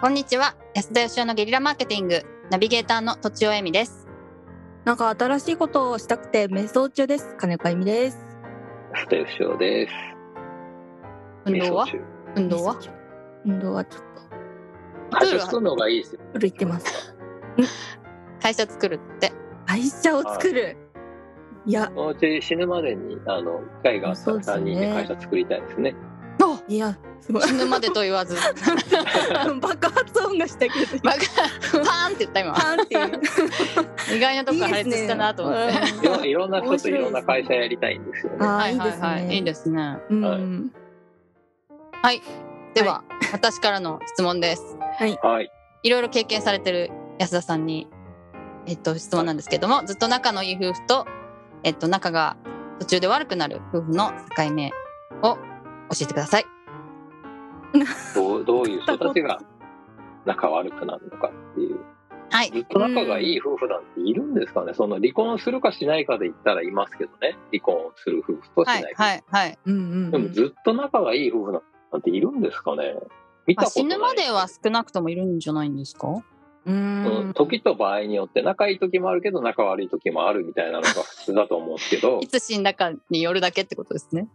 こんにちは安田義生のゲリラマーケティングナビゲーターの土地尾恵美ですなんか新しいことをしたくて瞑想中です。金子由美です。ステフショです。運動は瞑想中運動は運動はちょっ会社作るのがいいですよ。と古いって ます。会社作るって会社を作る。いや、もうちょい死ぬまでにあの機会があったそうらですね3人で会社作りたいですね。おいや、すごい。死ぬまでと言わず爆発音がしたけど。バカパーンって言った今パーンっていう。意外なとこ破裂したなと思っていいですいろねいろんなこ面と白いいですねろんな会社やりたいんですようんね。あはー、いいいではいすはいいいね。ですねうはいん。はいでは、私からの質問ですはい。いろいろ経験されてる安田さんにえっと質問なんですけどもずっと仲のいい夫婦とえっと仲が途中で悪くなる夫婦の境目を教えてくださいどうどういう人たちが仲悪くなるのかっていう。はいずっと仲がいい夫婦なんているんですかね。その離婚するかしないかで言ったらいますけどね。離婚をする夫婦としはいない。はいはいうんでもずっと仲がいい夫婦なんているんですかね。見たあこと死ない。ぬまでは少なくともいるんじゃないんですかううんん。時と場合によって仲いい時もあるけど仲悪い時もあるみたいなのが普通だと思うんですけ どいつ死んだかによるだけってことですね。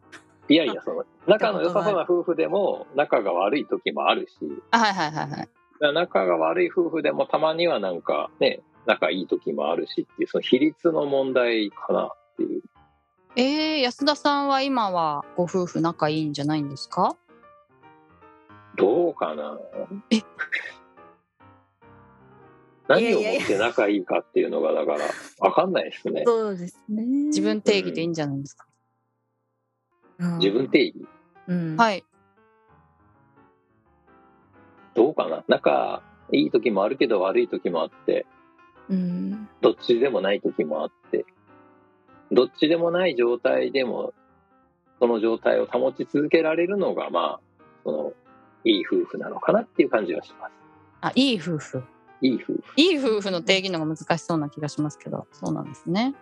いやいやその仲の良さそうな夫婦でも仲が悪い時もあるしあはいはいはいはい。仲が悪い夫婦でもたまにはなんかね仲いい時もあるしっていうその比率の問題かなっていうえー、安田さんは今はご夫婦仲いいんじゃないんですかどうかなえ 何をもって仲いいかっていうのがだから分かんないですねそうですね。自分定義でいいんじゃないですか、うん。自分定義うん。い。はい。どうかな仲いい時もあるけど悪い時もあってうん。どっちでもない時もあって、どっちでもない状態でも、その状態を保ち続けられるのが、まあ、その、いい夫婦なのかなっていう感じがします。あ、いい夫婦。いい夫婦。いい夫婦の定義の方が難しそうな気がしますけど、そうなんですね。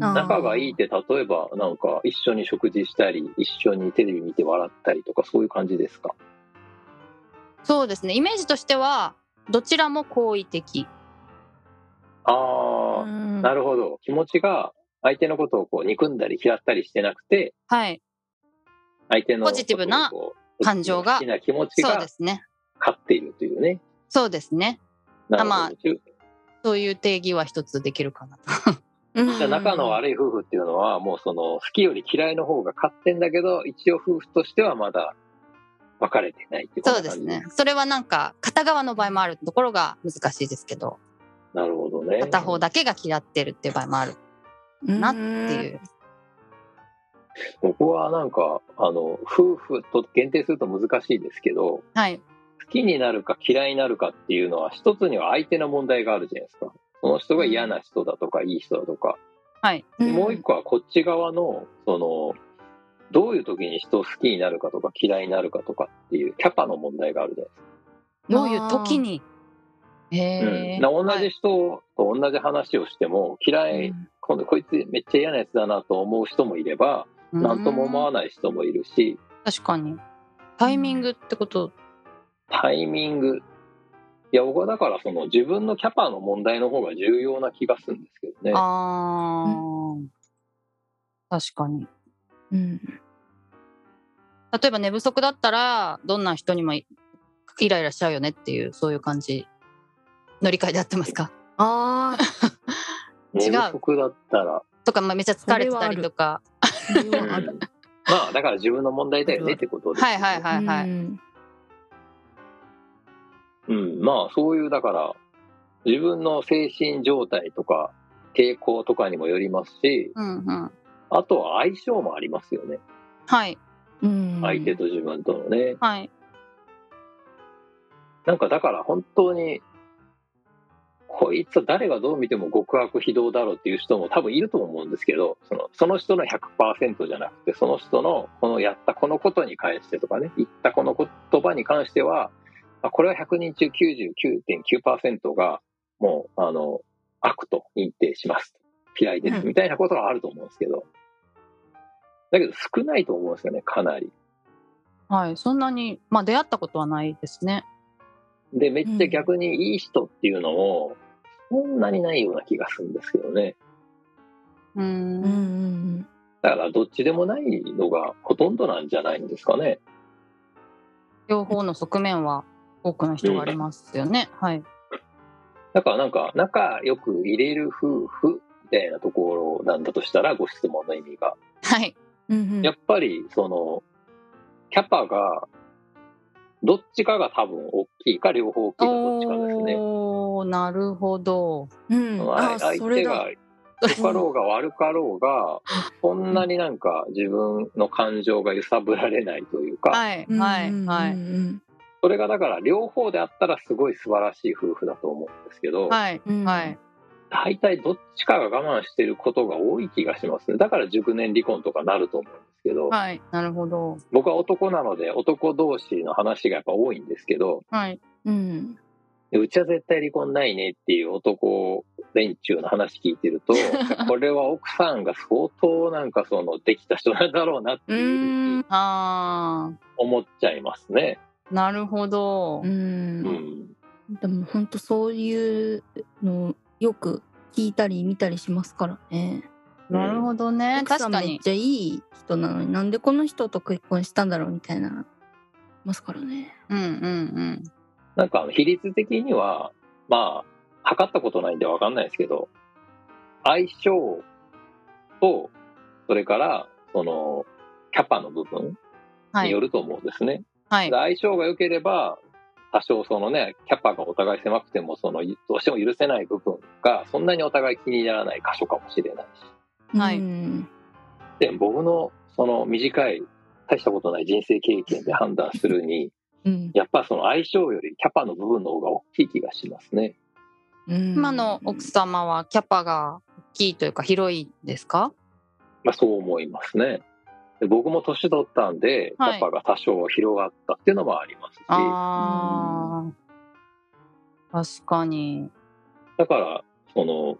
あー仲がいいって、例えば、なんか、一緒に食事したり、一緒にテレビ見て笑ったりとか、そういう感じですか。そうですね。イメージとしては、どちらも好意的。ああ、ななるほど。気持ちが、相手のことをこう、憎んだり嫌ったりしてなくて、はい。相手のポジティブなことをこう感情が好きな気持ちそうがですね。勝っているというね。そうですね。なるほどまあそういう定義は一つできるかなと。じゃあ仲の悪い夫婦っていうのはもうその好きより嫌いの方が勝ってんだけど一応夫婦としてはまだ別れてないってことそうですね。それはなんか、片側の場合もあるところが難しいですけど。なるほどね片方だけが嫌ってるっていう場合もあるっなってていいうう。僕はなんかあの夫婦と限定すると難しいですけどはい。好きになるか嫌いになるかっていうのは一つには相手の問題があるじゃないですかその人が嫌な人だとかいい人だとかはい。ん。でもう一個はこっち側のそのどういう時に人を好きになるかとか嫌いになるかとかっていうキャパの問題があるじゃないですかどういう時に。へうえ。ん、同はいじ人と同じ話をしても嫌い、今度こいつめっちゃ嫌なやつだなと思う人もいれば何とも思わうんない人もいるし確かに。タイミングってこと。タイミングいや僕はだからその自分のキャパの問題の方が重要な気がするんですけどねあー確かに。うん。例えば寝不足だったら、どんな人にもいイライラしちゃうよねっていう、そういう感じ。乗り換えで合ってますかああ。違う寝不足だったらとか、まあ、めっちゃ疲れてたりとか。それはある。まあだから自分の問題だよねってことですよはね、いはいはいはい。い。うん、まあそういうだから自分の精神状態とか傾向とかにもよりますしうんうん。あとは相性もありますよねはい。うん。相手と自分とのね、はい。なんかだから本当に、こいつは誰がどう見ても極悪非道だろうっていう人も多分いると思うんですけど、そのその人の100%じゃなくて、その人のこのやったこのことに関してとかね、言ったこの言葉に関しては、あこれは100人中99.9%がもう、あの、悪と認定します。嫌いでうす。んみたいなことがあると思うんですけど。だけど少ないと思うんですよね、かなり。はい。そんなに、まあ、出会ったことはないですね。で、めっちゃ逆にいい人っていうのも、そんなにないような気がするんですけどね。ううんんうんうんだから、どっちでもないのがほとんどなんじゃないんですかね。両方の側面は多くの人がありますよね。はい。だから、なんか、仲良く入れる夫婦みたいなところなんだとしたら、ご質問の意味が。はい。うんうんやっぱり、その、キャパが、どっちかが多分大きいか、両方大きいか、どっちかですね。おーなるほど。うんはいあそ相れ手だが良かろうが悪かろうが、そんなになんか自分の感情が揺さぶられないというか、はい。はい。はうい。んそれがだから両方であったらすごい素晴らしい夫婦だと思うんですけど、はい。うんうんはい。大体どっちかが我慢してることが多い気がしますね。だから熟年離婚とかなると思うんですけど、はい。なるほど。僕は男なので男同士の話がやっぱ多いんですけど、はい。うんでうちは絶対離婚ないねっていう男連中の話聞いてる とこれは奥さんが相当なんかそのできた人なんだろうなっうていうふうにんあ思っちゃいますね。ー、なるほどう。うんん、でも本当そういうのよく聞いたり見たりしますからね。なるほどね。奥さ確んかめっに。ちゃいい人なのになんでこの人と結婚したんだろうみたいな。ますからね。うんうんうん。なんかあの比率的にはまあ測ったことないんでわかんないですけど相性とそれからそのキャパの部分はにいよ。ると思うんですね。はいで。相性が良ければ多少そのねキャパがお互い狭くてもそのどうしても許せない部分がそんなにお互い気にならない箇所かもしれないしはいうんで僕のその短い大したことない人生経験で判断するにうんやっぱその相性よりキャパの部分の方が大きい気がしますね。うん今の奥様はキャパが大きいというか広いですかまあ、そう思いますね。で僕も年取ったんで、キはいャパが多少広がったっていうのもありますし、ああ、確かに。だから、その、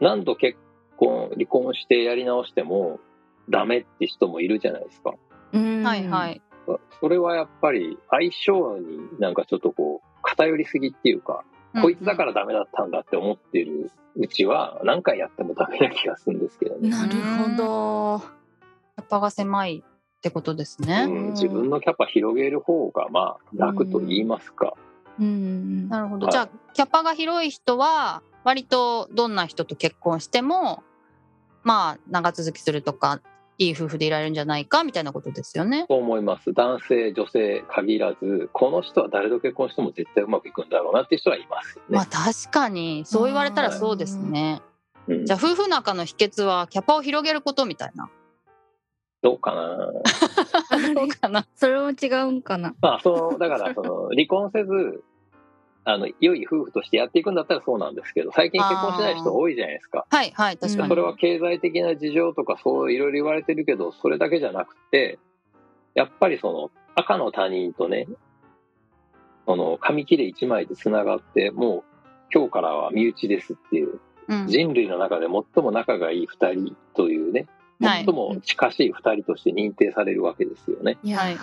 何度結婚、離婚してやり直しても、ダメって人もいるじゃないですか。うんはいはい。。それはやっぱり相性になんかちょっとこう、偏りすぎっていうか、こいつだかららダメだったんだって思ってるうちは、何回やってもダメな気がするんですけどね。なるほど。キャパが狭いってことですうね。ん、自分のキャパ広げる方が、まあ、楽と言いますか。うんなるほど。はいじゃあ、キャパが広い人は、割とどんな人と結婚しても、まあ、長続きするとか、いい夫婦でいられるんじゃないかみたいなことですよね。そう思います男性女性限らずこの人は誰と結婚しても絶対うまくいくんだろうなって人はいますよね、まあ確かにそう言われたらそうですね。うんじゃあ夫婦仲の秘訣はキャパを広げることみたいな。どうかな そうかな。それも違うんかな。まあそうだからその離婚せずあの良い夫婦としてやっていくんだったらそうなんですけど最近結婚しない人多いじゃないですかはいはい確かあーに。それは経済的な事情とかそういろいろ言われてるけどそれだけじゃなくてやっぱりその赤の他人とねその紙切れ一枚でつながってもう今日からは身内ですっていううん人類の中で最も仲がいい2人というねはい最も近しい2人として認定されるわけですよね。いやはいー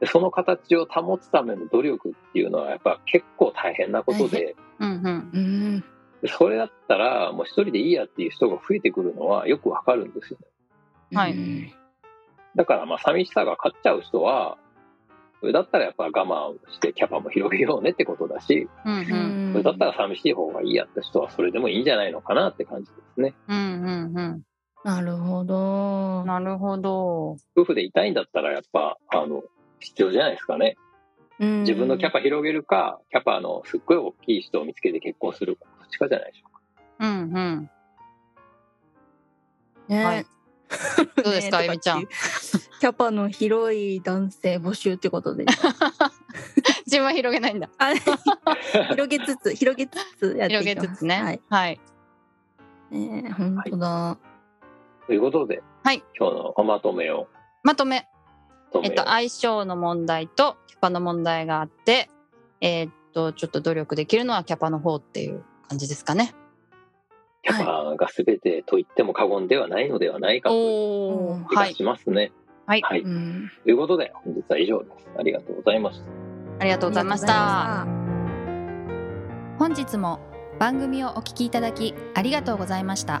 でその形を保つための努力っていうのはやっぱ結構大変なことでうんうん。うんでそれだったらもう一人でいいやっていう人が増えてくるのはよくわかるんですよね。はいうんだからまあ寂しさが勝っちゃう人はそれだったらやっぱ我慢してキャパも広げようねってことだしうんうんそれだったら寂しい方がいいやって人はそれでもいいんじゃないのかなって感じですね。うんうんうん。なるほど。なるほど。夫婦でいたいんだったらやっぱあの必要じゃないですかね。自自分のキャパ広げるか、キャパのすっごい大きい人を見つけて結婚するか、どっちかじゃないでしょうか。うんうん。ね、はい どうですかねあゆみちゃんとかっていうキャパの広い男性募集ってこ とで自分は広げないんだ。あ広げつつ広げつつやってい広げきますつつね。はい、はい。ねえ本当だ、ということで、はい今日のおまとめを、まとめ。とえめっをと、相性の問題とキャパの問題があって、えっと、ちょっと努力できるのはキャパの方っていう感じですかね。キャパが全てと言っても過言ではないのではないかというおー気はがい。しますね。はいはい。うんということで、本日は以上です。ありがとうございました。ありがとうございました。ありがとうございました本日も番組をお聞きいただきありがとうございました